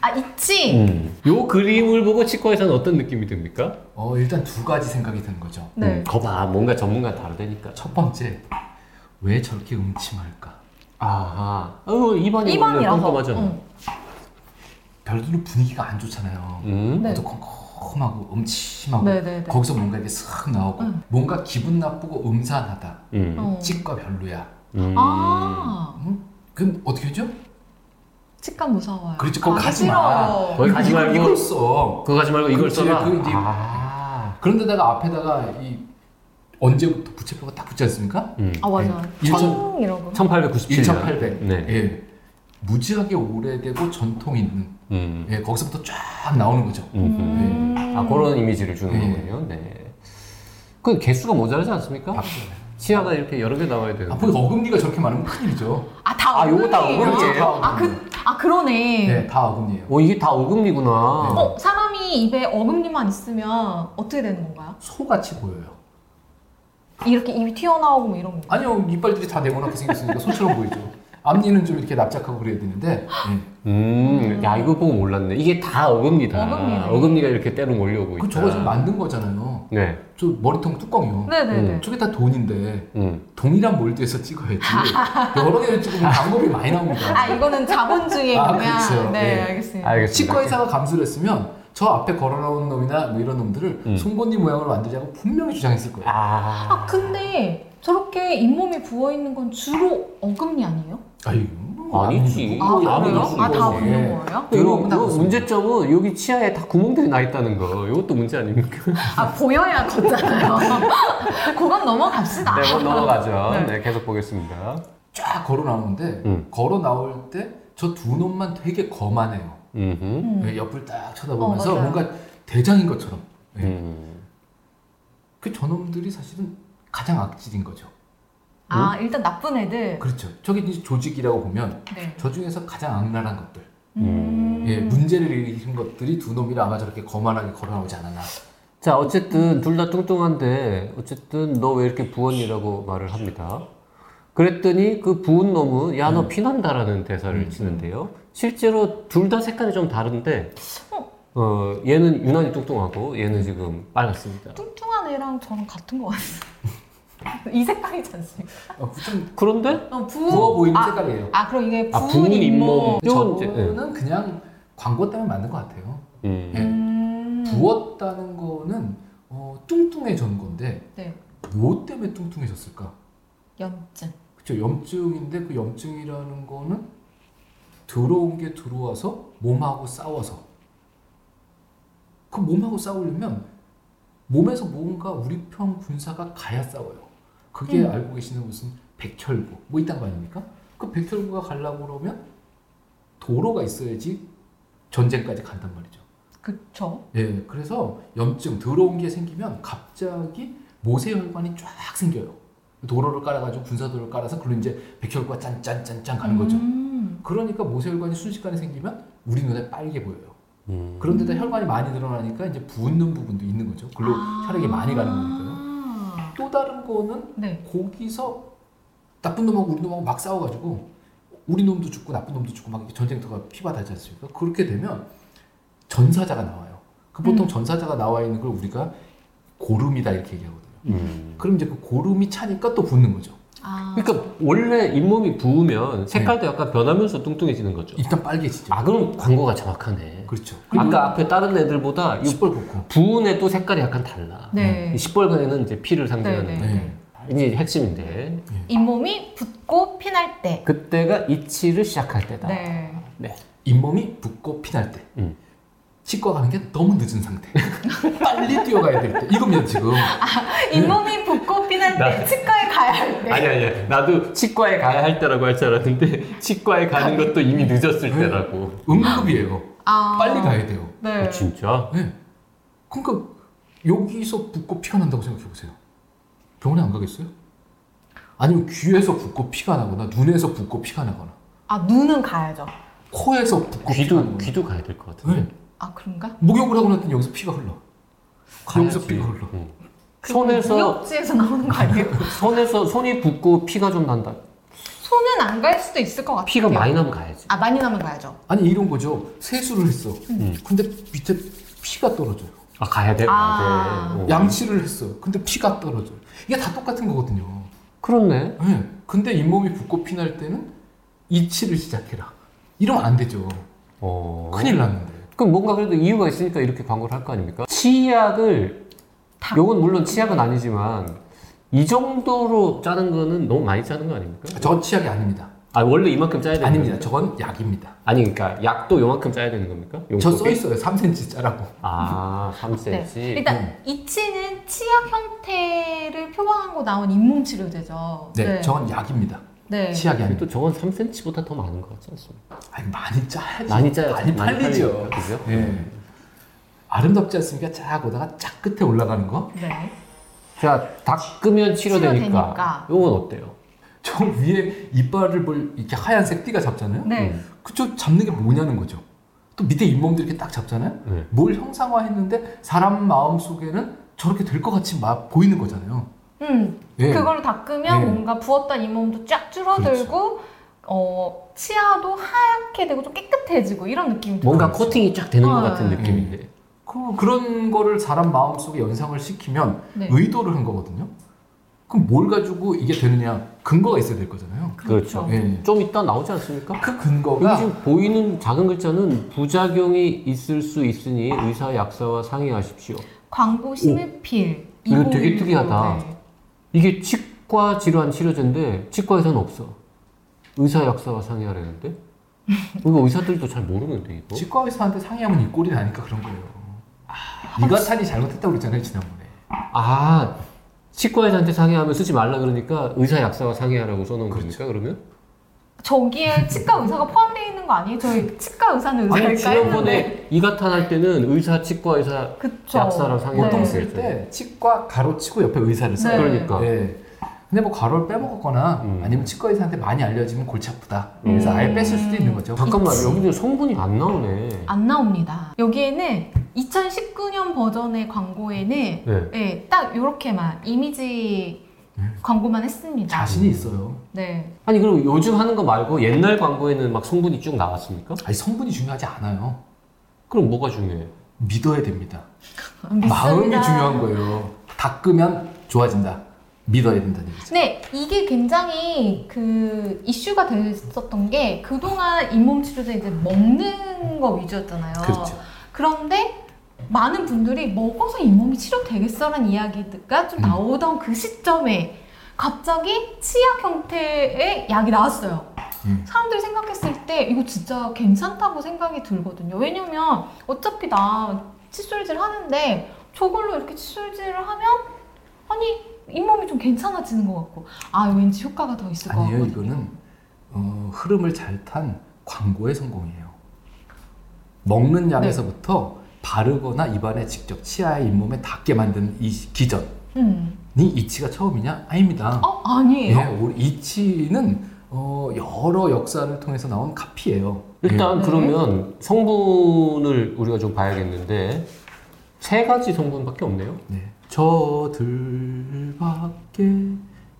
아 있지. 음. 요 그림을 보고 치과에서는 어떤 느낌이 듭니까? 어, 일단 두 가지 생각이 드는 거죠. 네. 음, 거봐 뭔가 전문가 다르다니까. 첫 번째, 왜 저렇게 음침할까? 아하. 어 입안이 원래 이방이라서. 꼼꼼하잖아. 응. 별로 분위기가 안 좋잖아요. 음. 네. 또 컴컴하고 음침하고 네네네. 거기서 뭔가 이게 싹 나오고 응. 뭔가 기분 나쁘고 음산하다. 음. 어. 치과 별로야. 음. 아 그럼 어떻게 하죠? 직감 무서워요. 그렇죠. 거기 아, 가지 싫어. 마. 거기 가지 이걸- 말고. 이걸 써. 그거 가지 말고 이걸 그렇지, 써라. 그 이제- 아. 그런데다가 앞에다가 이 언제부터 부채표가 딱 붙지 않습니까? 음. 아 맞아. 예. 청 이러고. 1897년. 1800. 네. 예. 무지하게 오래되고 전통 있는 음. 예, 거기서부터 쫙 나오는 거죠. 음. 아 그런 이미지를 주는 네. 거군요. 네. 그 개수가 모자라지 않습니까? 치아가 이렇게 여러 개 나와야 돼요. 아, 거기 어금니가 저렇게 많으면 큰일이죠. 아다 아, 요거 다 어금니예요? 아그 아 그러네. 네, 다 어금니예요. 오 이게 다 어금니구나. 어 사람이 입에 어금니만 있으면 어떻게 되는 건가요? 소같이 보여요. 이렇게 입이 튀어나오고 뭐 이런 거. 아니요, 이빨들이 다 네모나게 생겼으니까 소처럼 보이죠. 앞니는 좀 이렇게 납작하고 그래야 되는데 예. 음, 야 이거 보고 몰랐네. 이게 다 어금니다. 어금니네. 가 이렇게 때로 몰려오고 있다. 그 저거 지금 만든 거잖아요. 네. 저 머리통 뚜껑이요. 네네네. 저게 다 돈인데 음. 동일한 몰드에서 찍어야지 여러 개를 찍으면 방법이 많이 아 나옵니다. 이거는 자본주의 아, 그냥. 그렇죠. 네 예. 알겠습니다. 알겠습니다. 치과 의사가 감수를 했으면 저 앞에 걸어놓은 놈이나 뭐 이런 놈들을 음. 송곳니 모양으로 만들자고 분명히 주장했을 거예요. 아. 아 근데 저렇게 잇몸이 부어 있는 건 주로 어금니 아니에요? 아이고, 뭐 아니지. 아 이거 아무도 없는 그래요? 네. 아다 거지. 없는 거예요? 요, 요 들어오면 문제점은 여기 치아에 다 구멍들이 나 있다는 거. 이것도 문제 아닙니까? 아 보여야 걷잖아요. 그건 넘어갑시다. 네, 뭐 넘어가죠. 네, 계속 보겠습니다. 쫙 걸어 나오는데 음. 걸어 나올 때 저 두 놈만 되게 거만해요. 음흠. 음. 예, 옆을 딱 쳐다보면서 어, 맞아요. 뭔가 대장인 것처럼. 네. 예. 음. 그 저놈들이 사실은 가장 악질인 거죠. 아 일단 나쁜 애들. 그렇죠. 저게 이제 조직이라고 보면 네. 저 중에서 가장 악랄한 것들, 음. 예, 문제를 일으킨 것들이 두 놈이라 아마 저렇게 거만하게 걸어 나오지 않았나. 자, 어쨌든 둘 다 뚱뚱한데 어쨌든 너 왜 이렇게 부었니라고 말을 합니다. 그랬더니 그 부은 놈은 야 네. 너 피난다라는 대사를 음. 치는데요. 실제로 둘 다 색깔이 좀 다른데 어 얘는 유난히 뚱뚱하고 얘는 지금 빨갛습니다. 뚱뚱한 애랑 저랑 같은 거 같아요. 이 색깔이지 않습니까? 어, 좀 그런데 어, 부... 부어 보이는 아, 색깔이에요. 아 그럼 이게 뭐. 아, 부은 부은 잇몸. 잇몸. 요건 이제, 저거는 그냥 광고 때문에 만든 것 같아요. 음. 예. 음. 부었다는 거는 어, 뚱뚱해진 건데 네. 뭐 때문에 뚱뚱해졌을까? 염증. 그쵸 염증인데 그 염증이라는 거는 들어온 게 들어와서 몸하고 싸워서 그 몸하고 싸우려면 몸에서 뭔가 우리 편 군사가 가야 싸워요 그게 음. 알고 계시는 무슨 백혈구 뭐 이딴 거 아닙니까? 그 백혈구가 가려고 그러면 도로가 있어야지 전쟁까지 간단 말이죠 그쵸? 예, 그래서 염증 들어온 게 생기면 갑자기 모세혈관이 쫙 생겨요. 도로를 깔아가지고 군사도를 깔아서 그로 이제 백혈구가 짠짠짠짠 가는 거죠. 음. 그러니까 모세혈관이 순식간에 생기면 우리 눈에 빨개 보여요. 음. 그런데다 혈관이 많이 늘어나니까 이제 붓는 부분도 있는 거죠. 글로 아. 혈액이 많이 가는 거니까요. 또 다른 거는 네. 거기서 나쁜 놈하고 우리 놈하고 막 싸워가지고 우리 놈도 죽고 나쁜 놈도 죽고 막 이렇게 전쟁터가 피바다지 않습니까? 그렇게 되면 전사자가 나와요. 그 보통 음. 전사자가 나와 있는 걸 우리가 고름이다 이렇게 얘기하거든요. 음. 그럼 이제 그 고름이 차니까 또 붙는 거죠. 아. 그러니까 원래 잇몸이 부으면 색깔도 약간 변하면서 뚱뚱해지는 거죠. 네. 일단 빨개지죠. 아 그럼 광고가 정확하네. 그렇죠. 그리고 아까 앞에 다른 애들보다 이 시뻘 붓고. 부은 애도 색깔이 약간 달라. 네. 이 시뻘건 애는 이제 피를 상징하는 네, 거 네. 네. 이제 핵심인데 잇몸이 붓고 피날 때. 그때가 이치를 시작할 때다. 네. 네. 잇몸이 붓고 피날 때. 음. 치과 가는 게 너무 늦은 상태. 빨리 뛰어가야 될 때. 이겁니다 지금. 잇몸이 붓고 피날 때 나- 치과에 가야 할 때. 아니 아니 나도 치과에 가야 할 때라고 할 줄 알았는데 치과에 가는 것도 이미 네. 늦었을 때라고. 음. 응급이에요. 아. 빨리 가야 돼요. 네. 진짜? 네. 그러니까 여기서 붓고 피가 난다고 생각해 보세요. 병원에 안 가겠어요? 아니면 귀에서 붓고 피가 나거나 눈에서 붓고 피가 나거나 아 눈은 가야죠. 코에서 붓고 피가 귀도 나거나 귀도 가야 될 것 같은데. 네. 아 그런가? 목욕을 하고 났더니 여기서 피가 흘러. 가야지. 여기서 음. 피가 흘러. 응. 그건 손에서- 무역지에서 나오는 거 아니에요? 손에서 손이 붓고 피가 좀 난다. 손은 안 갈 수도 있을 것 같아요. 피가 많이 나면 가야지. 아 많이 나면 가야죠. 아니 이런 거죠. 세수를 했어. 음. 근데 밑에 피가 떨어져요. 아 가야 돼. 아. 가야 돼. 어. 양치를 했어. 근데 피가 떨어져요. 이게 다 똑같은 거거든요. 그렇네. 예. 근데 잇몸이 붓고 피날 때는 이치를 시작해라. 이러면 안 되죠. 어. 큰일 났는데. 그럼 뭔가 그래도 이유가 있으니까 이렇게 광고를 할 거 아닙니까? 치약을 요건 물론 치약은 아니지만 이 정도로 짜는 거는 너무 많이 짜는 거 아닙니까? 저건 치약이 아닙니다. 아 원래 이만큼 짜야 되는 아닙니다. 거예요? 저건 약입니다. 아니 그러니까 약도 요만큼 짜야 되는 겁니까? 저 용법이? 써 있어요. 3cm 짜라고. 아 3cm. 네. 일단 음. 이치는 치약 형태를 표방하고 나온 잇몸 치료제죠. 네, 저건 약입니다. 네. 치약이 근데 아니고. 또 저건 3cm보다 더 많은 것 같지 않습니까? 아니 많이 짜야지. 많이 짜야 많이 팔리죠. 팔리니까, 그죠? 예. 아름답지 않습니까? 쫙 오다가 쫙 끝에 올라가는 거. 네. 자 닦으면 치료되니까 치료되니까. 요건 어때요? 저 위에 이빨을 볼 이렇게 하얀색 띠가 음. 잡잖아요. 네. 그쪽 잡는 게 뭐냐는 거죠. 또 밑에 잇몸도 이렇게 딱 잡잖아요. 네. 뭘 형상화했는데 사람 마음 속에는 저렇게 될 것 같이 막 보이는 거잖아요. 음. 네. 예. 그걸 닦으면 예. 뭔가 부었던 잇몸도 쫙 줄어들고 그렇죠. 어, 치아도 하얗게 되고 좀 깨끗해지고 이런 느낌이 들어요. 뭔가 코팅이 쫙 되는 것 같은 아. 느낌인데 그, 그런 거를 사람 마음 속에 연상을 시키면 네. 의도를 한 거거든요. 그럼 뭘 가지고 이게 되느냐 근거가 있어야 될 거잖아요. 그렇죠. 예. 좀 이따 나오지 않습니까? 그 여기 근거가 지금 보이는 작은 글자는 부작용이 있을 수 있으니 의사 약사와 상의하십시오. 광고 심의필. 이거 이거 되게 이거, 특이하다. 네. 이게 치과 질환 치료제인데 치과에서는 없어. 의사 약사와 상의하라는데 이거 의사들도 잘 모르는데 이거. 치과 의사한테 상의하면 이 꼴이 나니까 그런 거예요. 아, 네가 산이 잘못했다고 그랬잖아요 지난번에. 아 치과 의사한테 상의하면 쓰지 말라 그러니까 의사 약사와 상의하라고 써놓은 겁니까 그러면? 저기에 치과 의사가 포함되어 있는 거 아니에요? 저희 치과 의사는 아니 의사일까 했는데. 지난번에 뭐 이가탄 할 때는 의사 치과 의사 그쵸. 약사랑 상의를 보통 네. 쓸 때 치과 가로치고 옆에 의사를 써요. 네. 그러니까 예. 근데 뭐 가루를 빼먹었거나 음. 아니면 치과 의사한테 많이 알려지면 골치 아프다. 그래서 아예 음. 뺐을 수도 있는 거죠. 잠깐만 여기는 성분이 안 나오네. 안 나옵니다. 여기에는 2019년 버전의 광고에는 네. 네, 딱 이렇게만 이미지 광고만 했습니다. 자신이 있어요. 네. 아니 그럼 요즘 하는 거 말고 옛날 광고에는 막 성분이 쭉 나왔습니까? 아니 성분이 중요하지 않아요. 그럼 뭐가 중요해? 믿어야 됩니다. 믿습니다. 마음이 중요한 거예요. 닦으면 좋아진다. 믿어야 된다는 얘기죠. 네, 이게 굉장히 그 이슈가 됐었던 게 그동안 잇몸 치료제 이제 먹는 거 위주였잖아요. 그렇죠. 런데 많은 분들이 먹어서 잇몸이 치료되겠어라는 이야기가 좀 음. 나오던 그 시점에 갑자기 치약 형태의 약이 나왔어요. 음. 사람들이 생각했을 때 이거 진짜 괜찮다고 생각이 들거든요. 왜냐면 어차피 나 칫솔질 하는데 저걸로 이렇게 칫솔질을 하면 아니 잇몸이 좀 괜찮아지는 것 같고 아 왠지 효과가 더 있을 것 아니에요. 같거든요. 이거는 어, 흐름을 잘 탄 광고의 성공이에요. 네. 먹는 양에서부터 바르거나 입안에 직접 치아에 잇몸에 닿게 만드는 이 기전이 음. 이치가 처음이냐? 아닙니다. 어 아니에요. 예, 우리 이치는 어, 여러 역사를 통해서 나온 카피예요. 일단 네. 그러면 성분을 우리가 좀 봐야겠는데 세 가지 성분밖에 없네요. 뭐 예, 네. 저들밖에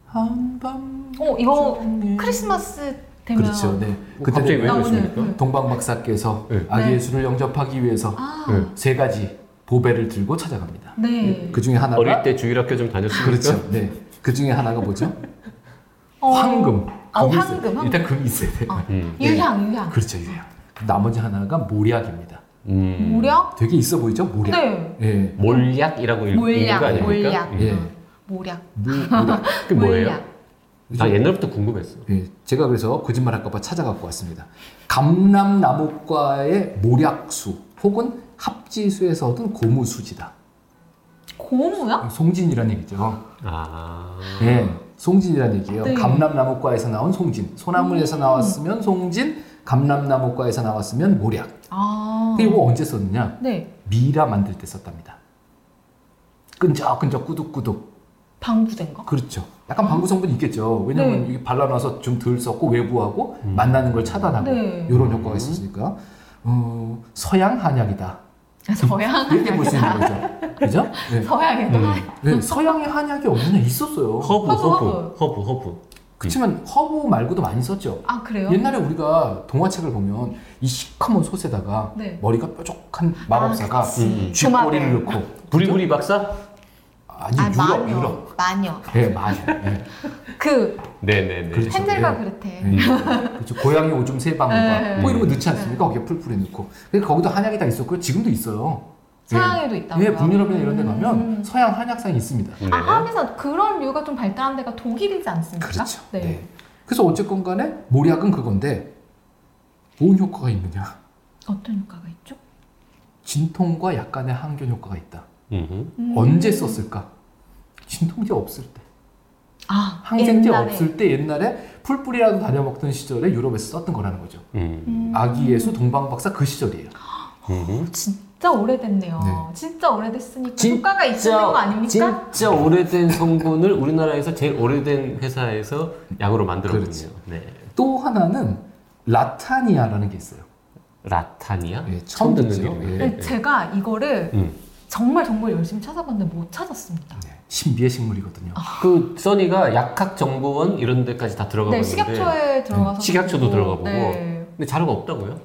한밤. 어 이거 크리스마스 되면 그렇죠. 네. 그때 뭐 갑자기 왜 나오는- 그랬습니까? 음. 동방 박사께서 네. 아기 네. 예수를 영접하기 위해서 아 네. 세 가지 보배를 들고 찾아갑니다. 네. 그 중에 하나가 어릴 때 주일학교 좀 다녔으니까 그렇죠. 네. 그 중에 하나가 뭐죠? 아, 어, 황금. 어, 금이 있어요. 황금, 황금. 일단 금이 있어야 돼요. 어. 음. 유향 유향 그렇죠. 이게. 나머지 하나가 모략입니다. 음. 모략 되게 있어 보이죠? 그 모략. 네 예. 몰약이라고 읽- 읽는 거 몰약 아닙니까? 몰약 음. 예. 어, 모략 모- 모략. 그게 뭐예요? 몰약. 나 아, 옛날부터 궁금했어. 예, 제가 그래서 거짓말 할까봐 찾아갖고 왔습니다. 감람나무과의 모략수 혹은 합지수에서 얻은 고무수지다. 고무야? 송진이란 얘기죠. 아. 예, 송진이란 얘기예요. 네. 음. 감람나무과에서 나온 송진. 소나무에서 나왔으면 송진, 감람나무과에서 나왔으면 모략. 아 그리고 언제 썼느냐? 네. 미라 만들 때 썼답니다. 끈적끈적 꾸덕꾸덕. 방부제인가? 그렇죠. 약간 방구 성분이 있겠죠. 왜냐면 네. 이게 발라놔서 좀 덜 썩고 외부하고 음. 만나는 걸 차단하고 네. 이런 효과가 있으니까 어, 서양 한약이다. 아, 서양 이렇게 볼 수 있는 거죠. 그죠? 네. 서양에도 한- 네, 서양의 한약이 없느냐 있었어요. 허브, 허브. 허브, 허브. 그렇지만 허브 말고도 많이 썼죠. 아 그래요? 옛날에 우리가 동화책을 보면 이 시커먼 솥에다가 네. 머리가 뾰족한 마법사가 아, 그치. 음. 도마뱀. 쥐꼬리를 넣고 부리부리 박사? 아니 아, 유럽 마녀. 유럽 마녀. 네 많이 네. 그 네네네. 그렇죠. 헨젤과 네. 그레텔. 네. 그렇죠 고양이 오줌 세 방울과 네. 뭐 이런 거 넣지 않습니까 거기에 풀풀이 넣고 근데 거기도 한약이 다 있었고요 지금도 있어요 서양에도 예, 있다고요? 예 북유럽이나 이런 데 가면 음. 서양 한약상이 있습니다 네. 아, 하면서 그런 류가 좀 발달한 데가 독일이지 않습니까? 그렇죠 네. 네. 그래서 어쨌건 간에 모략은 그건데 뭔 효과가 있느냐 어떤 효과가 있죠? 진통과 약간의 항균 효과가 있다 음흠. 음. 언제 썼을까 진통제 없을 때 아, 항생제 옛날에. 없을 때 옛날에 풀뿌리라도 다녀 먹던 시절에 유럽에서 썼던 거라는 거죠. 음. 음. 아기예수 동방박사 그 시절이에요. 음흠. 진짜 오래됐네요. 네. 진짜 오래됐으니까 진- 효과가 있는 거 아닙니까? 진짜 오래된 성분을 우리나라에서 제일 오래된 회사에서 약으로 만들었군요. 그렇죠. 네. 또 하나는 라타니아라는 게 있어요. 라탄이야? 네, 처음 처음 듣는 듣죠. 이름이에요. 네. 네, 제가 이거를 음. 정말 정말 열심히 찾아봤는데 못 찾았습니다. 네, 신비의 식물이거든요. 아. 그 써니가 약학 정보원 이런 데까지 다 들어가 네, 봤는데 식약처에 들어가서 식약처도 보고, 들어가 보고. 네, 근데 자료가 없다고요?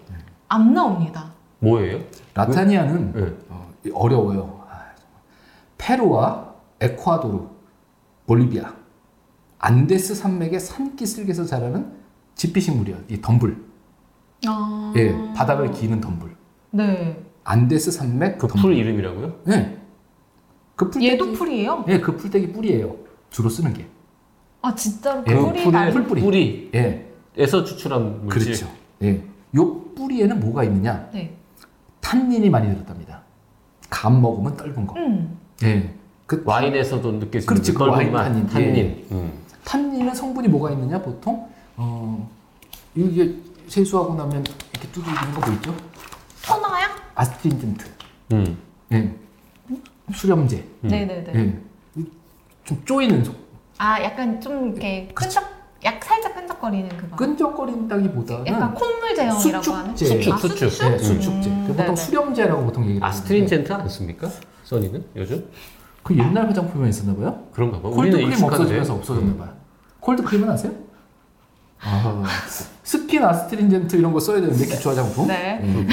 안 나옵니다. 뭐예요? 라타니아는 네. 어, 어려워요. 아, 정말. 페루와 에콰도르, 볼리비아, 안데스 산맥의 산기슭에서 자라는 지피식물이에요. 이 덤불. 아... 예, 바닥을 기는 덤불. 네. 안데스 산맥 그 풀 이름이라고요? 네. 그 풀떼기. 얘도 풀이에요? 예, 그 풀떼기 뿌리예요. 주로 쓰는 게. 아 진짜로 예, 그 풀이 날 풀뿌리. 뿌리. 예, 에서 추출한 물질. 그렇죠. 예. 요 뿌리에는 뭐가 있느냐? 네. 탄닌이 많이 들었답니다. 감 먹으면 떫은 거. 음. 예. 그 와인에서도 느낄 수 그렇지, 있는 그 그 와인 맛, 탄닌. 탄닌. 예. 음. 탄닌의 성분이 뭐가 있느냐? 보통 어 이게 세수하고 나면 이렇게 두드리는 거 보이죠? 토나야? 아스트린젠트. 음. 예. 수렴제. 네네네. 예. 이좀 쪼이는 소. 아 약간 좀 이렇게 그쵸. 끈적, 약 살짝 끈적거리는 그거. 끈적거린다기보다는 아. 약간 콧물 제형이라고 하는. 수축제. 아, 수축, 수축. 예, 수축제. 음, 그 보통 네네. 수렴제라고 보통 얘기를 하는데 아스트린젠트 안 씁니까? 써니는 요즘? 그 옛날 화장품에 있었나 봐요? 그런가 봐. 뭐 우리는 콜드크림 익숙한데. 음. 없어지면서 없어졌나 봐요. 콜드크림은 아세요? 아, 스킨 아스트린젠트 이런 거 써야 되는데 기초 화장품. 네. 음.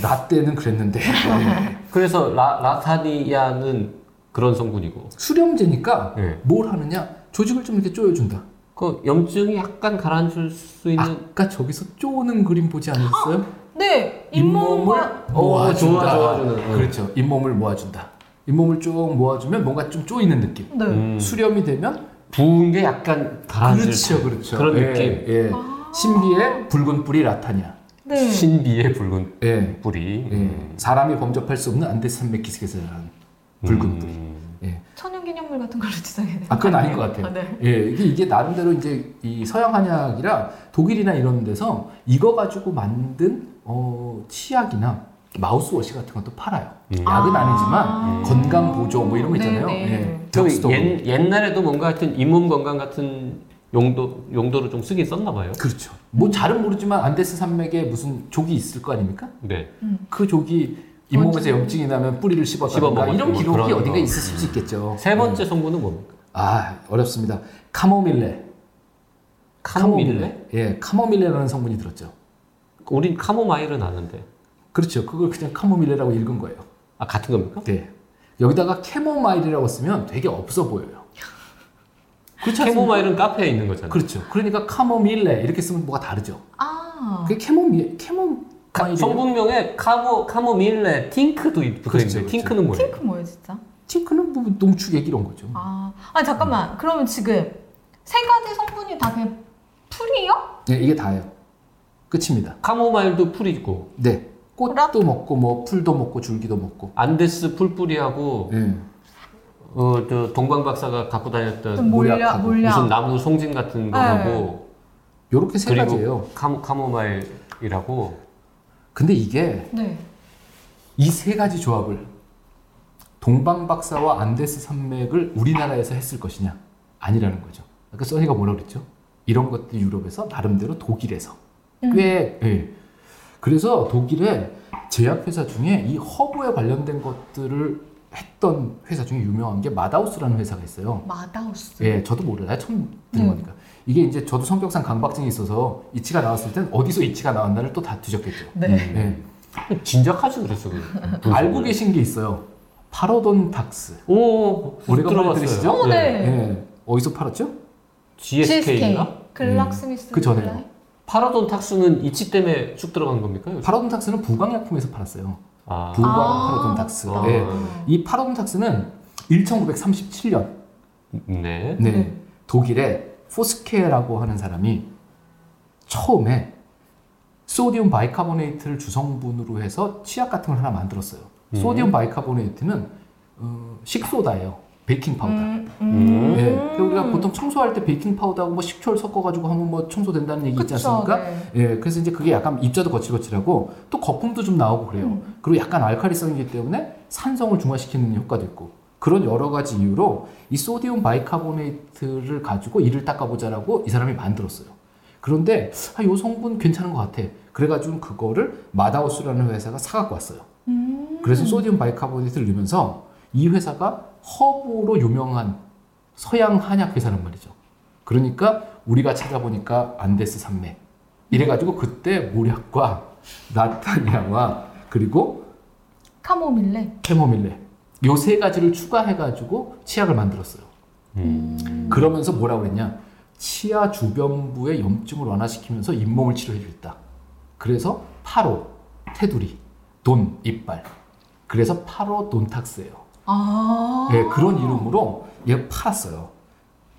라떼는 그랬는데 네. 그래서 라, 라타니아는 그런 성분이고 수렴제니까 네. 뭘 하느냐? 조직을 좀 이렇게 쪼여준다. 그 염증이 약간 가라앉을 수 있는 아까 저기서 쪼는 그림 보지 않았어요? 네. 잇몸과 오, 모아준다. 어, 좋아, 어. 좋아, 좋아. 그렇죠. 잇몸을 모아준다. 잇몸을 쭉 모아주면 뭔가 좀 쪼이는 느낌. 네. 음. 수렴이 되면 부은 게 약간 가라앉을 그렇죠, 때. 그렇죠. 그런 예, 느낌. 예. 아. 신비의 붉은 뿌리 라타냐. 음. 네. 신비의 붉은 예. 뿌리. 음. 예, 사람이 범접할 수 없는 안데스 산맥 기슭에서 자라는 붉은 음. 뿌리. 예. 천연기념물 같은 걸로 지정해야 돼요. 아, 그건 아닌 것 같아요. 아, 네. 예, 이게, 이게 나름대로 이제 이 서양 한약이라 독일이나 이런 데서 이거 가지고 만든 어, 치약이나 마우스워시 같은 것도 팔아요. 음. 약은 아. 아니지만 건강 보조 뭐 이런 거 있잖아요. 네네. 예. 그 드럭스토어. 옛, 옛날에도 뭔가 하여튼 잇몸 건강 같은 용도, 용도로 좀 쓰긴 썼나 봐요. 그렇죠. 뭐 잘은 모르지만 안데스 산맥에 무슨 족이 있을 거 아닙니까? 네. 그 족이 어, 잇몸에서 네. 염증이 나면 뿌리를 씹었다든가 씹어먹었던 이런 거, 기록이 뭐 그런 어딘가 거. 있을 수 있겠죠. 세 번째 네. 성분은 뭡니까? 아 어렵습니다. 카모밀레. 카모밀레? 예, 카모밀레라는 성분이 들었죠. 우린 카모마일은 아는데. 그렇죠. 그걸 그냥 카모밀레라고 읽은 거예요. 아, 같은 겁니까? 네. 여기다가 캐모마일이라고 쓰면 되게 없어 보여요. 그렇지 않습니까? 캐모마일은 카페에 있는 거잖아요. 그렇죠. 그러니까 카모밀레 이렇게 쓰면 뭐가 다르죠. 아. 그게 캐모밀 캐모마일 어. 성분명에 카모, 카모밀레, 틴크도 붙어있는데 그렇죠, 그렇죠. 틴크는 뭐예요? 핑크 뭐예요, 진짜? 틴크는 뭐 농축액 이런 거죠. 아. 아니, 잠깐만. 그러면 지금 세 가지 성분이 다 그냥 풀이요? 네, 이게 다예요. 끝입니다. 카모마일도 풀이고 네. 꽃도 그럼? 먹고 뭐 풀도 먹고 줄기도 먹고. 안데스 풀뿌리하고 예. 어, 저 동방 박사가 갖고 다녔던 몰려, 모략하고 몰려. 무슨 나무 송진 같은 거 네. 하고 요렇게 세 가지예요. 그리고 카모, 카모마일이라고 근데 이게 네. 이 세 가지 조합을 동방박사와 안데스 산맥을 우리나라에서 했을 것이냐? 아니라는 거죠. 아까 써니가 뭐라 그랬죠? 이런 것들 유럽에서 나름대로 독일에서 꽤 예. 그래서 독일의 제약회사 중에 이 허브에 관련된 것들을 했던 회사 중에 유명한 게 마다우스라는 회사가 있어요. 마다우스. 예, 저도 몰라요. 처음 듣는 음. 거니까. 이게 이제 저도 성격상 강박증이 있어서 이치가 나왔을 땐 어디서 이치가 나왔나를 또 다 뒤적겠죠. 네. 예. 진작하지 그랬어. 그 분석을. 알고 계신 게 있어요. 파로돈 닥스. 오, 오래간만에 아, 들어봤어요. 들으시죠? 어, 예. 네. 어디서 팔았죠? GSK인가? 글락스미스. 네. 그 전에요. 글라이? 파라돈 탁스는 이치 때문에 쭉 들어간 겁니까? 요즘? 파로돈 닥스는 부강약품에서 팔았어요. 아, 부강 아. 파로돈 닥스. 아. 예. 이 파로돈 닥스는 1937년 네. 네. 네. 독일의 포스케라고 하는 사람이 처음에 소디움 바이카보네이트를 주성분으로 해서 치약 같은 걸 하나 만들었어요. 음. 소디움 바이카보네이트는 어, 식소다예요. 베이킹 파우더. 음, 음. 예. 근데 우리가 보통 청소할 때 베이킹 파우더하고 뭐 식초를 섞어가지고 하면 뭐 청소된다는 얘기 있지 그쵸, 않습니까? 네. 예, 그래서 이제 그게 약간 입자도 거칠거칠하고 또 거품도 좀 나오고 그래요. 음. 그리고 약간 알칼리성이기 때문에 산성을 중화시키는 효과도 있고 그런 여러 가지 이유로 이 소디움 바이카보네이트를 가지고 이를 닦아보자라고 이 사람이 만들었어요. 그런데 아, 요 성분 괜찮은 것 같아. 그래가지고 그거를 마다우스라는 회사가 사갖고 왔어요. 음. 그래서 소디움 바이카보네이트를 넣으면서 이 회사가 허브로 유명한 서양 한약 회사란 말이죠. 그러니까 우리가 찾아보니까 안데스 산맥 이래가지고 그때 모략과 나타니아와 그리고 카모밀레. 캐모밀레 요 세 가지를 추가해가지고 치약을 만들었어요. 음. 그러면서 뭐라고 했냐? 치아 주변부의 염증을 완화시키면서 잇몸을 치료해주겠다. 그래서 파로, 테두리, 돈, 이빨. 그래서 파로 돈탁스예요. 아. 예, 그런 이름으로 얘 팔았어요.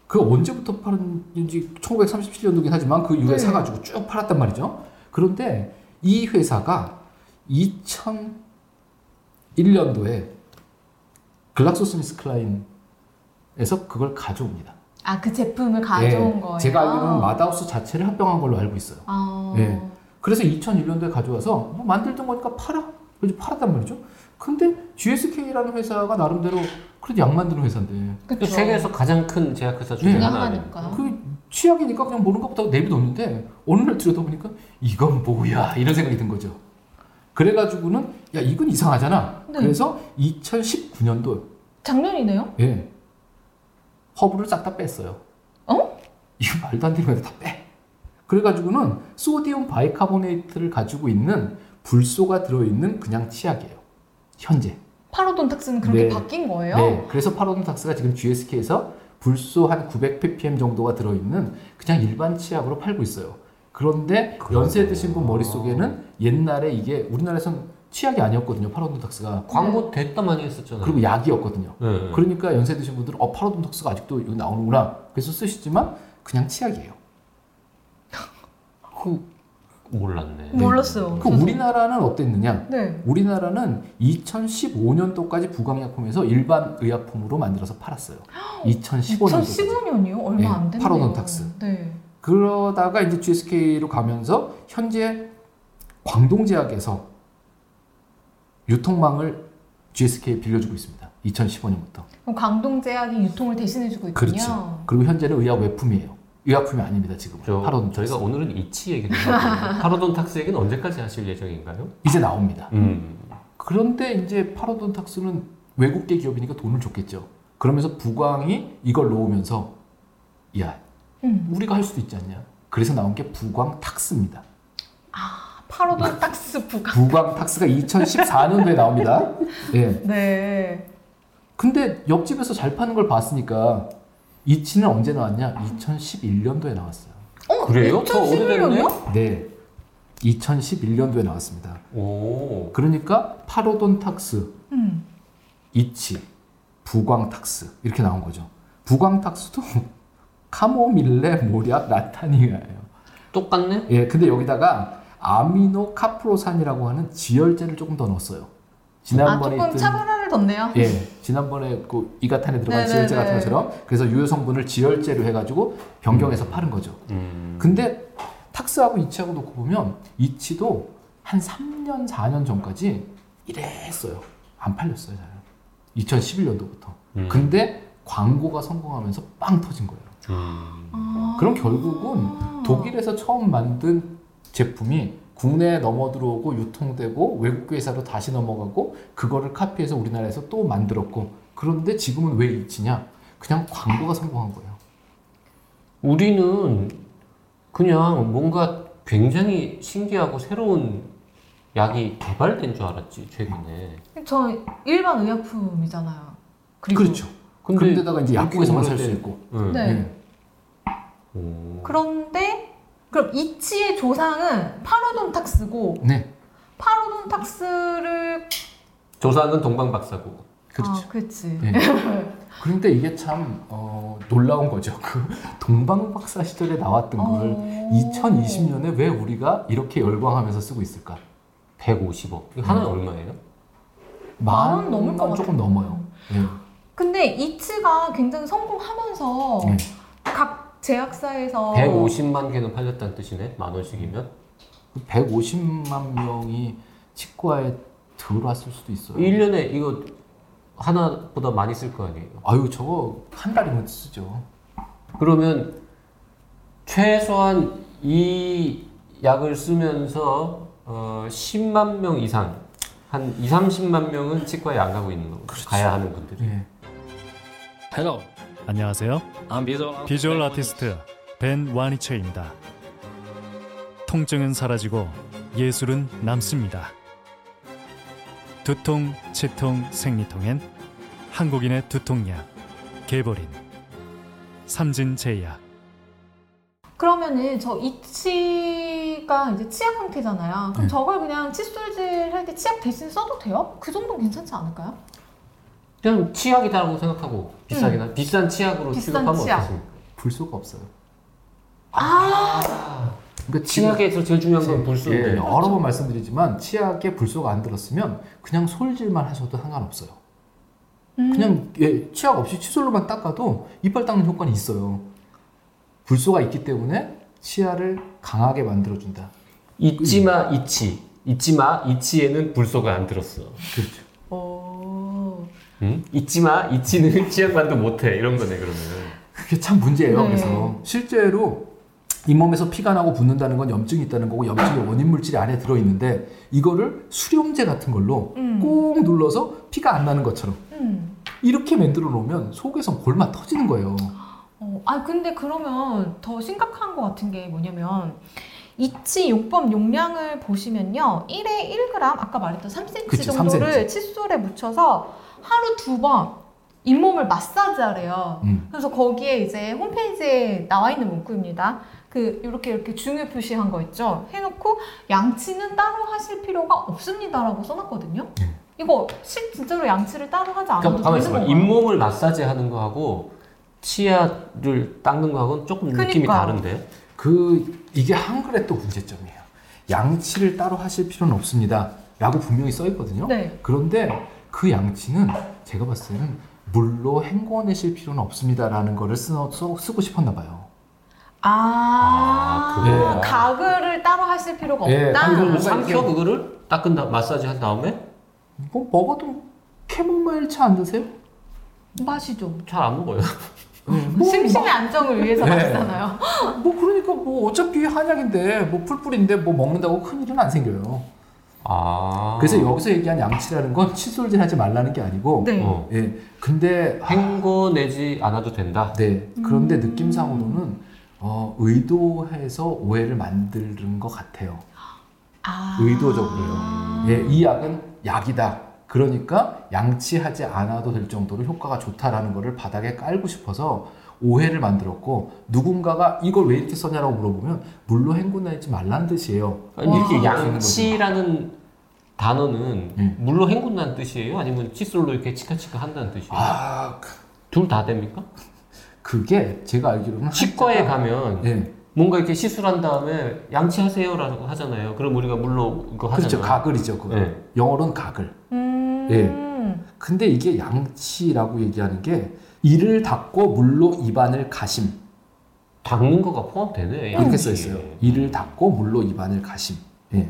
그 언제부터 팔았는지 1937년도긴 하지만 그 이후에 네. 사가지고 쭉 팔았단 말이죠. 그런데 이 회사가 2001년도에 글락소스미스클라인에서 그걸 가져옵니다. 아, 그 제품을 가져온 예, 거예요. 제가 알기로는 마다우스 자체를 합병한 걸로 알고 있어요. 아. 예. 그래서 2001년도에 가져와서 뭐 만들던 거니까 팔아. 그래서 팔았단 말이죠. 근데 GSK라는 회사가 나름대로 그래도 약 만드는 회사인데 그쵸. 음. 그 세계에서 가장 큰 제약회사 중에 네. 그냥 하나. 하니까. 그 취약이니까 그냥 모르는 것보다 내비뒀는데 어느 날 들여다보니까 이건 뭐야 이런 생각이 든 거죠. 그래가지고는 야 이건 이상하잖아. 네. 그래서 2019년도 작년이네요? 예 허브를 싹 다 뺐어요. 어? 이거 말도 안 되는 건데 다 빼. 그래가지고는 소디움 바이카보네이트를 가지고 있는 불소가 들어있는 그냥 치약이에요. 현재. 파로돈탁스는 그렇게 네. 바뀐 거예요? 네. 그래서 파로돈탁스가 지금 GSK에서 불소 한 900ppm 정도가 들어있는 그냥 일반 치약으로 팔고 있어요. 그런데 그래요. 연세 드신 분 머릿속에는 옛날에 이게 우리나라에선 치약이 아니었거든요. 파로돈탁스가. 광고 됐다 많이 했었잖아요. 그리고 약이었거든요. 네. 그러니까 연세 드신 분들은 어 파로돈탁스가 아직도 이거 나오는구나. 그래서 쓰시지만 그냥 치약이에요. 그 몰랐네. 몰랐어요. 그 저도. 우리나라는 어땠느냐? 네. 우리나라는 2015년도까지 부강약품에서 일반 의약품으로 만들어서 팔았어요. 2015년도까지. 2015년이요? 얼마 네, 안 됐네요. 파로돈탁스. 네. 그러다가 이제 GSK로 가면서 현재 광동제약에서 유통망을 GSK에 빌려주고 있습니다. 2015년부터. 그럼 광동제약이 유통을 대신해주고 있군요. 그렇죠. 그리고 현재는 의약 외품이에요. 의약품이 아닙니다 지금. 저, 바로 저희가 오늘은 이치 얘기를 하고 파라돈 탁스 얘기는 언제까지 하실 예정인가요? 이제 나옵니다. 음. 그런데 이제 파로돈탁스는 외국계 기업이니까 돈을 줬겠죠. 그러면서 부광이 이걸 놓으면서 야 음. 우리가 할 수도 있지 않냐. 그래서 나온 게 부광탁스입니다. 파로돈탁스 부각. 부광탁스가 2014년도에 나옵니다. 예. 네. 근데 옆집에서 잘 파는 걸 봤으니까 이치는 언제 나왔냐? 2011년도에 나왔어요. 어? 그래요? 더 2011년이요? 네. 2011년도에 나왔습니다. 오. 그러니까 파로돈탁스, 음. 이치, 부광탁스 이렇게 나온 거죠. 부광탁스도 카모밀레, 모략, 나타니아예요. 똑같네? 예, 근데 여기다가 아미노 카프로산이라고 하는 지혈제를 조금 더 넣었어요. 아, 지난번에 조금 있던 차별화를 뒀네요. 예, 지난번에 그 이가탄에 들어간 네네네. 지혈제 같은 것처럼 그래서 유효 성분을 지혈제로 해가지고 변경해서 파는 거죠. 음. 근데 탁스하고 이치하고 놓고 보면 이치도 한 3년 4년 전까지 이랬어요. 안 팔렸어요, 잘. 2011년도부터. 음. 근데 광고가 성공하면서 빵 터진 거예요. 아. 그럼 결국은 독일에서 처음 만든 제품이 국내에 넘어 들어오고 유통되고 외국 회사로 다시 넘어가고 그거를 카피해서 우리나라에서 또 만들었고 그런데 지금은 왜 이치냐? 그냥 광고가 성공한 거예요. 우리는 그냥 뭔가 굉장히 신기하고 새로운 약이 개발된 줄 알았지 최근에. 저 일반 의약품이잖아요. 그리고 그렇죠. 그런데다가 이제 약국에서만 살 수 있고. 응. 네. 네. 오. 그런데 그럼 이치의 조상은 파로돈탁스고 네. 파로돈탁스를 조사는 동방 박사고. 그렇죠. 아, 그렇지. 네. 그런데 이게 참 어, 놀라운 거죠. 그 동방박사 시절에 나왔던 걸 어. 2020년에 왜 우리가 이렇게 열광하면서 쓰고 있을까? 150억. 이거 하나에 얼마예요? 만원 넘을 것 만 조금 같아요. 넘어요. 네. 근데 이치가 굉장히 성공하면서 네. 각 제약사에서 150만 개는 팔렸다는 뜻이네. 만 원씩이면. 150만 그 명이 치과에 들어왔을 수도 있어요. 음. 1년에 이거 하나보다 많이 쓸 거 아니에요. 아유 저거 한 달이면 쓰죠. 그러면 최소한 이 약을 쓰면서 어, 10만 명 이상 한 2, 30만 명은 치과에 안 가고 있는 거고 그렇죠. 가야 하는 분들이. 예. 네. Hello, 안녕하세요. I'm visual, 비주얼 아티스트 벤 와니체입니다. 통증은 사라지고 예술은 남습니다. 두통, 치통, 생리통엔 한국인의 두통약 개보린 삼진제약 그러면은 저 이치가 이제 치약 형태잖아요. 그럼 네. 저걸 그냥 칫솔질 할 때 치약 대신 써도 돼요? 그 정도는 괜찮지 않을까요? 그냥 치약이다라고 생각하고 비싸긴 한 비싼 치약으로 음. 비싼 취급하면 치약. 어떻습니까? 불소가 없어요. 아, 그러니까 치약에서 제일 중요한 지금- 건 불순데. 예, 여러 번 말씀드리지만 치약에 불소가 안 들었으면 그냥 솔질만 하셔도 상관없어요. 음. 그냥 예, 치약 없이 칫솔로만 닦아도 이빨 닦는 효과는 있어요. 불소가 있기 때문에 치아를 강하게 만들어준다. 예. 잊지마 이치. 잊지마 이치에는 불소가 안 들었어. 그렇죠. 오. 응? 잊지마 이치는 치약만도 못해 이런 거네 그러면. 그게 참 문제예요. 네. 그래서 실제로 잇몸에서 피가 나고 붓는다는 건 염증이 있다는 거고 염증의 원인 물질이 안에 들어 있는데 이거를 수렴제 같은 걸로 음. 꾹 눌러서 피가 안 나는 것처럼 음. 이렇게 만들어 놓으면 속에서 골마 터지는 거예요. 어, 아 근데 그러면 더 심각한 것 같은 게 뭐냐면 이치 용법 용량을 보시면요. 1에 1g 아까 말했던 3cm 그치, 정도를 3cm. 칫솔에 묻혀서 하루 두 번 잇몸을 마사지하래요. 음. 그래서 거기에 이제 홈페이지에 나와 있는 문구입니다. 그 이렇게 이렇게 중요 표시한 거 있죠. 해놓고 양치는 따로 하실 필요가 없습니다라고 써놨거든요. 이거 실 진짜로 양치를 따로 하지 않아도 네. 그러니까 가만 되는 있어봐. 건가요? 잇몸을 마사지하는 거하고 치아를 닦는 거하고는 조금 느낌이 그러니까요. 다른데. 그 이게 한글의 또 문제점이에요. 양치를 따로 하실 필요는 없습니다라고 분명히 써 있거든요. 네. 그런데 그 양치는 제가 봤을 때는 물로 헹궈내실 필요는 없습니다라는 거를 쓰, 고 싶었나 봐요. 아, 그거야. 가글을 따로 하실 필요가 예, 없다. 가글을 그걸 뭔가 삼켜 이렇게- 그거를 닦은 다 마사지 한 다음에 뭐 먹어도 캐모마일 차 안 드세요? 마시죠. 잘 안 먹어요. 뭐, 심신의 안정을 위해서 네. 마시잖아요. 막- 뭐 그러니까 뭐 어차피 한약인데 뭐 풀뿌리인데 뭐 먹는다고 큰 일은 안 생겨요. 아. 그래서 여기서 얘기한 양치라는 건 칫솔질 하지 말라는 게 아니고 네. 어. 예. 근데 헹궈내지 않아도 된다. 네. 그런데 느낌상으로는 어, 의도해서 오해를 만드는 것 같아요. 아. 의도적으로요. 예, 이 약은 약이다. 그러니까 양치하지 않아도 될 정도로 효과가 좋다라는 것을 바닥에 깔고 싶어서 오해를 만들었고 누군가가 이걸 왜 이렇게 써냐라고 물어보면 물로 헹구내지 말라는 뜻이에요. 아니, 이렇게 어. 와. 양치라는 단어는 음. 물로 헹군다는 뜻이에요? 아니면 칫솔로 이렇게 치카치카 한다는 뜻이에요? 아, 그- 둘 다 됩니까? 그게 제가 알기로는 치과에 한자가- 가면 예, 뭔가 이렇게 시술한 다음에 양치하세요라고 하잖아요. 그럼 우리가 물로 그거 하잖아요. 그렇죠 가글이죠 그거 네. 영어로는 가글 음. 근데 이게 양치라고 얘기하는 게 이를 닫고 물로 입안을 가심 닦는 거가 포함되네. 음. 이렇게 양치에. 써 있어요. 이를 닫고 물로 입안을 가심. 예.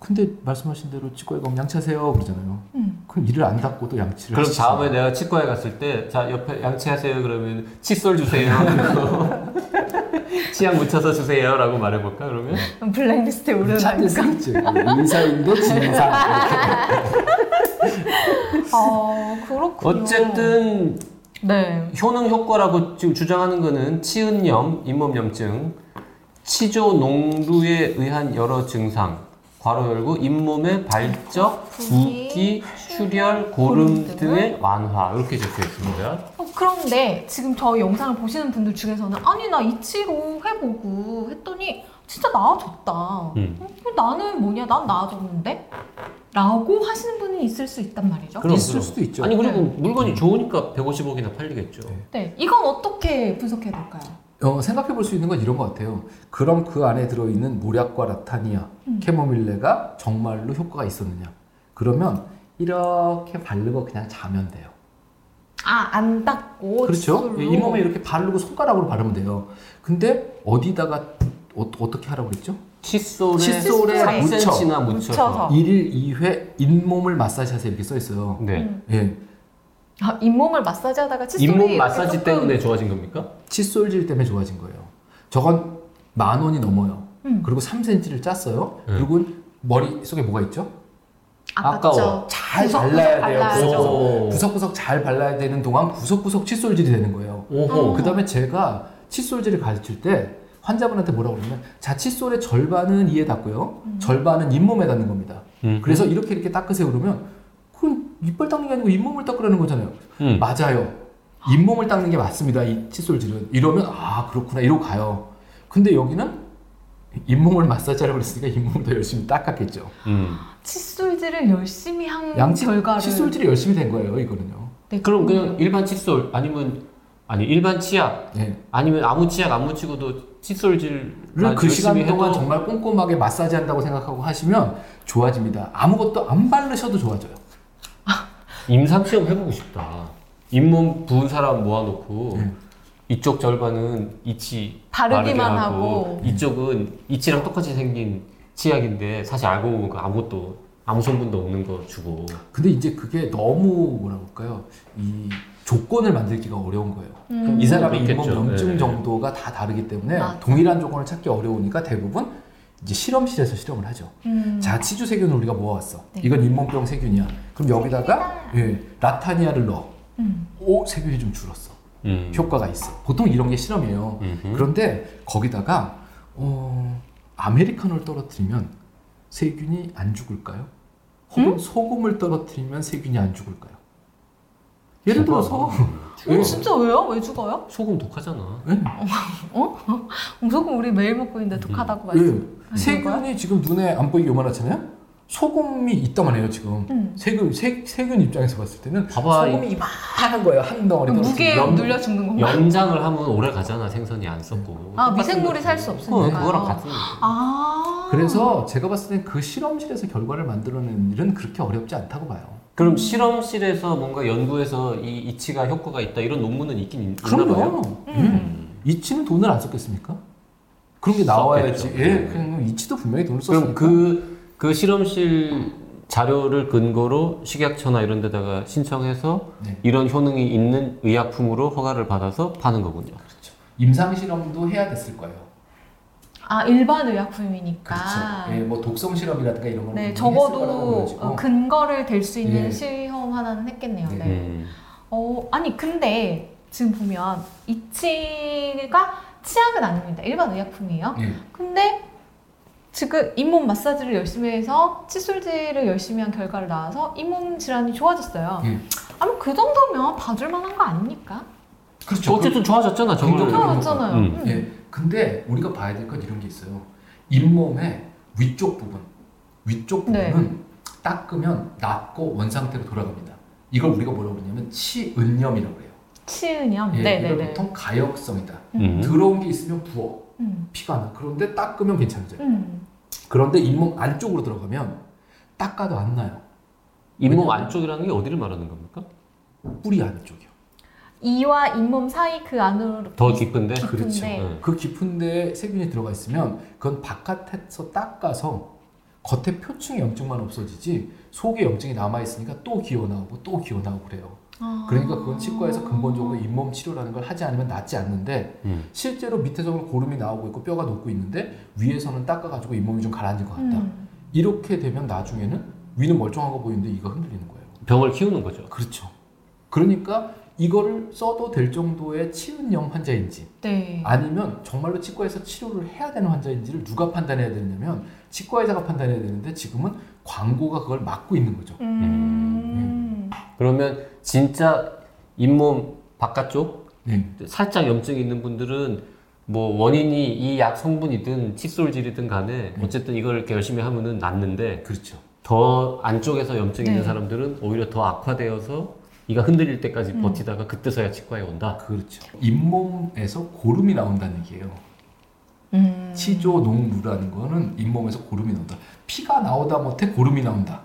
근데 말씀하신 대로 치과에 가면 양치하세요 그러잖아요. 음. 그럼 이를 안 닦고 또 양치를 그럼 하시잖아요. 다음에 내가 치과에 갔을 때, 자, 옆에 양치하세요. 그러면 칫솔 주세요. 치약 묻혀서 주세요. 라고 말해볼까, 그러면? 그럼 블랙리스트에 찾을 오르다니까. 수 있지. 의사인데 진상. 아 그렇군요. 어쨌든, 네. 효능 효과라고 지금 주장하는 거는 치은염, 잇몸염증, 치조 농두에 의한 여러 증상, 괄호 열고 잇몸의 발적, 붓기, 출혈, 고름 등의 완화 이렇게 적혀 있습니다. 어, 그런데 지금 저 영상을 보시는 분들 중에서는 아니 나 이치로 해보고 했더니 진짜 나아졌다. 음. 어, 그럼 나는 뭐냐 난 나아졌는데? 라고 하시는 분이 있을 수 있단 말이죠. 그럼, 있을 그럼. 수도 있죠. 아니 그리고 물건이 좋으니까 150억이나 팔리겠죠. 네, 이건 어떻게 분석해야 될까요? 어, 생각해 볼 수 있는 건 이런 것 같아요. 그럼 그 안에 들어있는 모략과 라타니아, 음. 캐모밀레가 정말로 효과가 있었느냐? 그러면 이렇게 바르고 그냥 자면 돼요. 아, 안 닦고 그렇죠? 칫솔로. 이 몸에 이렇게 바르고 손가락으로 바르면 돼요. 근데 어디다가 어, 어떻게 하라고 그랬죠? 칫솔에, 칫솔에 묻혀. 3cm나 묻혀서. 묻혀서. 1일 2회 잇몸을 마사지하세요 이렇게 써 있어요. 네. 아. 음. 예. 아, 잇몸을 마사지하다가 칫솔이 잇몸 이렇게 마사지 조금- 때문에 좋아진 겁니까? 칫솔질 때문에 좋아진 거예요. 저건 만 원이 넘어요. 음. 그리고 3cm를 짰어요. 네. 그리고 머릿속에 뭐가 있죠? 아까워. 잘 구석구석 발라야 돼요. 발라야죠. 구석구석. 오. 구석구석 잘 발라야 되는 동안 구석구석 칫솔질이 되는 거예요. 오호. 어. 그 다음에 제가 칫솔질을 가르칠 때 환자분한테 뭐라고 그러냐면 자 칫솔의 절반은 이에 닿고요. 음. 절반은 잇몸에 닿는 겁니다. 음. 그래서 이렇게 이렇게 닦으세요 그러면 그건 이빨 닦는 게 아니고 잇몸을 닦으라는 거잖아요. 음. 맞아요. 잇몸을 닦는 게 맞습니다. 이 칫솔질은 이러면 아 그렇구나 이러고 가요. 근데 여기는 잇몸을 마사지하라고 그랬으니까 잇몸을 더 열심히 닦았겠죠. 음. 칫솔질을 열심히 한 양치 음, 결과를 칫솔질이 열심히 된 거예요 이거는요. 네, 그럼 그냥 일반 칫솔 아니면 아니 일반 치약 네. 아니면 아무 치약 안 묻히고도 칫솔질을 를그 시간 동안 아, 해도 정말 꼼꼼하게 마사지 한다고 생각하고 하시면 좋아집니다. 아무것도 안 바르셔도 좋아져요. 임상 시험 해보고 싶다. 잇몸 부은 사람 모아놓고 네. 이쪽 절반은 이치 바르기만 바르게 하고. 이쪽은 이치랑 똑같이 생긴 치약인데 사실 알고 보니까 아무것도 아무 성분도 없는 거 주고 근데 이제 그게 너무 뭐라 그럴까요? 이 조건을 만들기가 어려운 거예요. 음. 이 사람의 잇몸 그렇겠죠. 염증 네. 정도가 다 다르기 때문에 맞아. 동일한 조건을 찾기 어려우니까 대부분 이제 실험실에서 실험을 하죠. 음. 자, 치주 세균을 우리가 모아왔어. 네. 아, 이건 잇몸병 세균이야. 그럼 여기다가 예, 라타니아를 넣어. 음. 오, 세균이 좀 줄었어. 음. 효과가 있어. 보통 이런 게 실험이에요. 음흠. 그런데 거기다가 어, 아메리카노를 떨어뜨리면 세균이 안 죽을까요? 음? 혹은 소금을 떨어뜨리면 세균이 안 죽을까요? 예를 들어서 뭐 어, 음. 진짜 왜요? 왜 죽어요? 음. 소금 독하잖아. 예, 무조건 우리 매일 먹고 있는데 독하다고 예. 말씀. 세균이 지금 눈에 안 보이게 요만하잖아요. 소금이 있다만 해요 지금. 음. 세균 세, 세균 입장에서 봤을 때는 봐봐, 소금이 이만한 거예요 한 덩어리. 무게에 떨어뜨리면. 눌려 죽는 건가? 연장을 하면 오래 가잖아 생선이 안 음. 썩고. 아 미생물이 살 수 어, 없으니까. 그거랑 같은. 거지. 아. 그래서 제가 봤을 땐 그 실험실에서 결과를 만들어내는 일은 그렇게 어렵지 않다고 봐요. 그럼 실험실에서 뭔가 연구해서 이 이치가 효과가 있다 이런 논문은 있긴 있- 있나 봐요. 그럼요. 예. 음. 이치는 돈을 안 썼겠습니까? 그런 게 나와야지. 썼겠죠. 예, 네. 그냥 이치도 분명히 돈을 썼으니까. 그럼 그, 그 실험실 자료를 근거로 식약처나 이런 데다가 신청해서 네. 이런 효능이 있는 의약품으로 허가를 받아서 파는 거군요. 임상 실험도 해야 됐을 거예요. 아 일반 의약품이니까. 예, 뭐 독성 실험이라든가 이런 걸 아. 네, 분명히 했을 거라고 적어도 보여지고. 어, 근거를 댈 수 있는 예. 시험 하나는 했겠네요. 네. 네. 음. 어, 아니 근데 지금 보면 이치가 치약은 아닙니다. 일반 의약품이에요. 예. 근데 지금 잇몸 마사지를 열심히 해서 칫솔질을 열심히 한 결과를 나와서 잇몸 질환이 좋아졌어요. 예. 아무 그 정도면 봐줄 만한 거 아닙니까? 그렇죠. 어쨌든 좋아졌잖아, 음. 저걸. 긍정적으로. 좋아졌잖아요. 음. 음. 그- 예. 근데 우리가 봐야 될 건 이런 게 있어요. 잇몸의 위쪽 부분, 위쪽 네. 부분은 닦으면 낫고 원 상태로 돌아갑니다. 이걸 우리가 뭐라고 그러냐면 치은염이라고 해요. 치은염. 예, 이걸 아, 네네네. 보통 가역성이다. 음. 들어온 게 있으면 부어. 음. 피가 나. 그런데 닦으면 괜찮아요. 음. 그런데 잇몸 안쪽으로 들어가면 닦아도 안 나요. 잇몸 안쪽이라는 게 어디를 말하는 겁니까? 뿌리 안쪽이요. 이와 잇몸 사이 그 안으로 더 깊은데? 깊은데. 그렇죠. 네. 그 깊은 데에 세균이 들어가 있으면 그건 바깥에서 닦아서 겉에 표층 염증만 없어지지 속에 염증이 남아 있으니까 또 기어 나오고 또 기어 나오고 그래요. 아. 그러니까 그건 치과에서 근본적으로 잇몸 치료라는 걸 하지 않으면 낫지 않는데 음. 실제로 밑에서는 고름이 나오고 있고 뼈가 녹고 있는데 위에서는 닦아가지고 잇몸이 좀 가라앉은 것 같다. 음. 이렇게 되면 나중에는 위는 멀쩡한 거 보이는데 이가 흔들리는 거예요. 병을 키우는 거죠. 그렇죠. 그러니까 이거를 써도 될 정도의 치은염 환자인지 네. 아니면 정말로 치과에서 치료를 해야 되는 환자인지를 누가 판단해야 되냐면 치과 의사가 판단해야 되는데 지금은 광고가 그걸 막고 있는 거죠. 음. 그러면 진짜 잇몸 바깥쪽 네. 살짝 염증이 있는 분들은 뭐 원인이 이 약 성분이든 칫솔질이든 간에 어쨌든 이걸 이렇게 열심히 하면은 낫는데 그렇죠. 더 안쪽에서 염증이 있는 네. 사람들은 오히려 더 악화되어서 이가 흔들릴 때까지 버티다가 그때서야 치과에 온다. 그렇죠. 잇몸에서 고름이 나온다는 얘기예요. 음. 치조 농무라는 거는 잇몸에서 고름이 나온다. 피가 나오다 못해 고름이 나온다.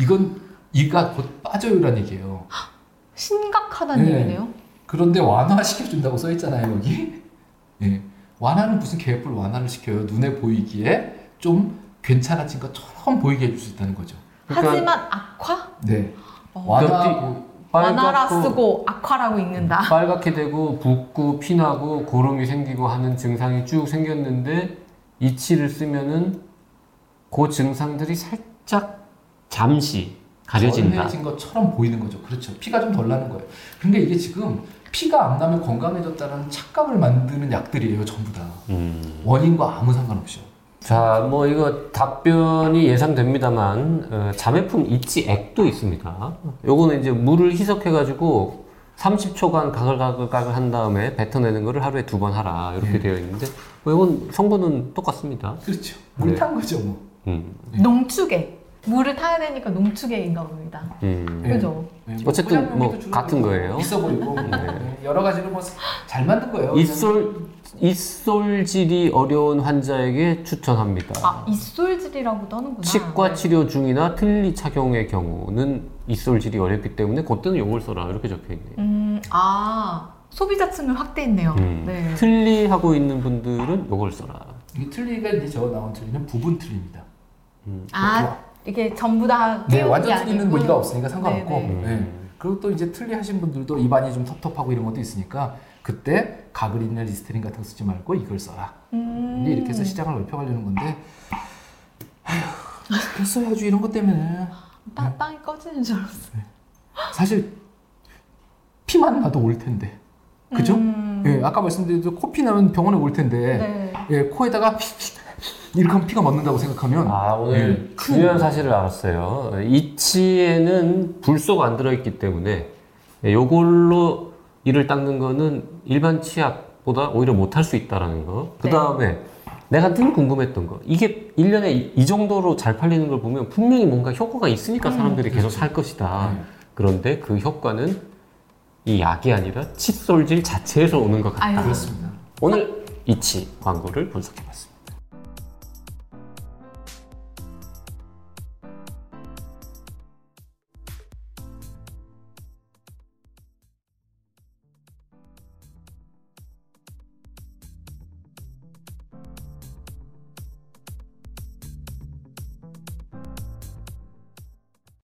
이건 이가 곧 빠져요라는 얘기예요. 심각하다는 네. 얘기네요. 그런데 완화시켜준다고 써있잖아요 여기 예. 완화는 무슨 개뿔 완화를 시켜요 눈에 보이기에 좀 괜찮아진 것처럼 보이게 해줄 수 있다는 거죠 그러니까- 하지만 악화? 네 어. 완화 그러니까 뭐, 원하라 빨갛고 쓰고 악화라고 읽는다. 빨갛게 되고 붓고 피나고 고름이 생기고 하는 증상이 쭉 생겼는데 이치를 쓰면은 그 증상들이 살짝 잠시 가려진다. 진 것처럼 보이는 거죠 그렇죠 피가 좀 덜 나는 거예요 근데 이게 지금 피가 안 나면 건강해졌다는 착각을 만드는 약들이에요 전부 다 음. 원인과 아무 상관없이요 자, 뭐 이거 답변이 예상됩니다만 어, 자매품 이치액도 있습니다. 요거는 이제 물을 희석해가지고 30초간 가글가글가글 한 다음에 뱉어내는 거를 하루에 두 번 하라 이렇게 음. 되어 있는데 뭐 이건 성분은 똑같습니다. 그렇죠 네. 물탄 거죠 뭐 음, 농축액. 물을 타야 되니까 농축액인가 봅니다. 음. 네. 그죠? 네, 어쨌든 뭐 포장용기도 주로 같은 거예요. 있어 보이고 네, 여러 가지로 뭐 잘 만든 거예요 그냥. 입솔 입솔질이 어려운 환자에게 추천합니다. 아, 입술질이라고도 하는구나. 네. 치과 치료 중이나 틀니 착용의 경우는 입솔질이 어렵기 때문에 그때는 용을 써라 이렇게 적혀 있네요. 음, 아, 소비자층을 확대했네요. 음. 네. 틀니 하고 있는 분들은 요걸 써라. 이 틀리가 이제 저 나온 틀리는 부분 틀립니다. 아, 이게 전부 다. 뭐, 네, 깨우는 게 완전 틀리는 뭐 아니고. 이가 없으니까 상관없고. 네, 네. 그리고 또 이제 틀리 하신 분들도 입안이 좀 텁텁하고 이런 것도 있으니까 그때 가글이나 리스트린 같은 거 쓰지 말고 이걸 써라. 음. 이제 이렇게 해서 시장을 넓혀가려는 건데. 아휴, 그걸 써야지 이런 것 때문에. 땅, 땅이 꺼지는 줄 알았어. 사실 피만 나도 올 텐데. 그죠? 음. 예, 아까 말씀드린 대로 코피 나면 병원에 올 텐데. 네. 예, 코에다가 이렇게 하면 피가 멎는다고 생각하면 아 오늘 중요한 사실을 알았어요. 이치에는 불소가 안 들어있기 때문에 요걸로 이를 닦는 거는 일반 치약보다 오히려 못할 수 있다라는 거. 그 다음에 내가 늘 궁금했던 거. 이게 1년에 이, 이 정도로 잘 팔리는 걸 보면 분명히 뭔가 효과가 있으니까 사람들이 계속 살 것이다. 음. 그런데 그 효과는 이 약이 아니라 칫솔질 자체에서 오는 것 같다. 아유. 그렇습니다. 오늘 이치 광고를 분석해봤습니다.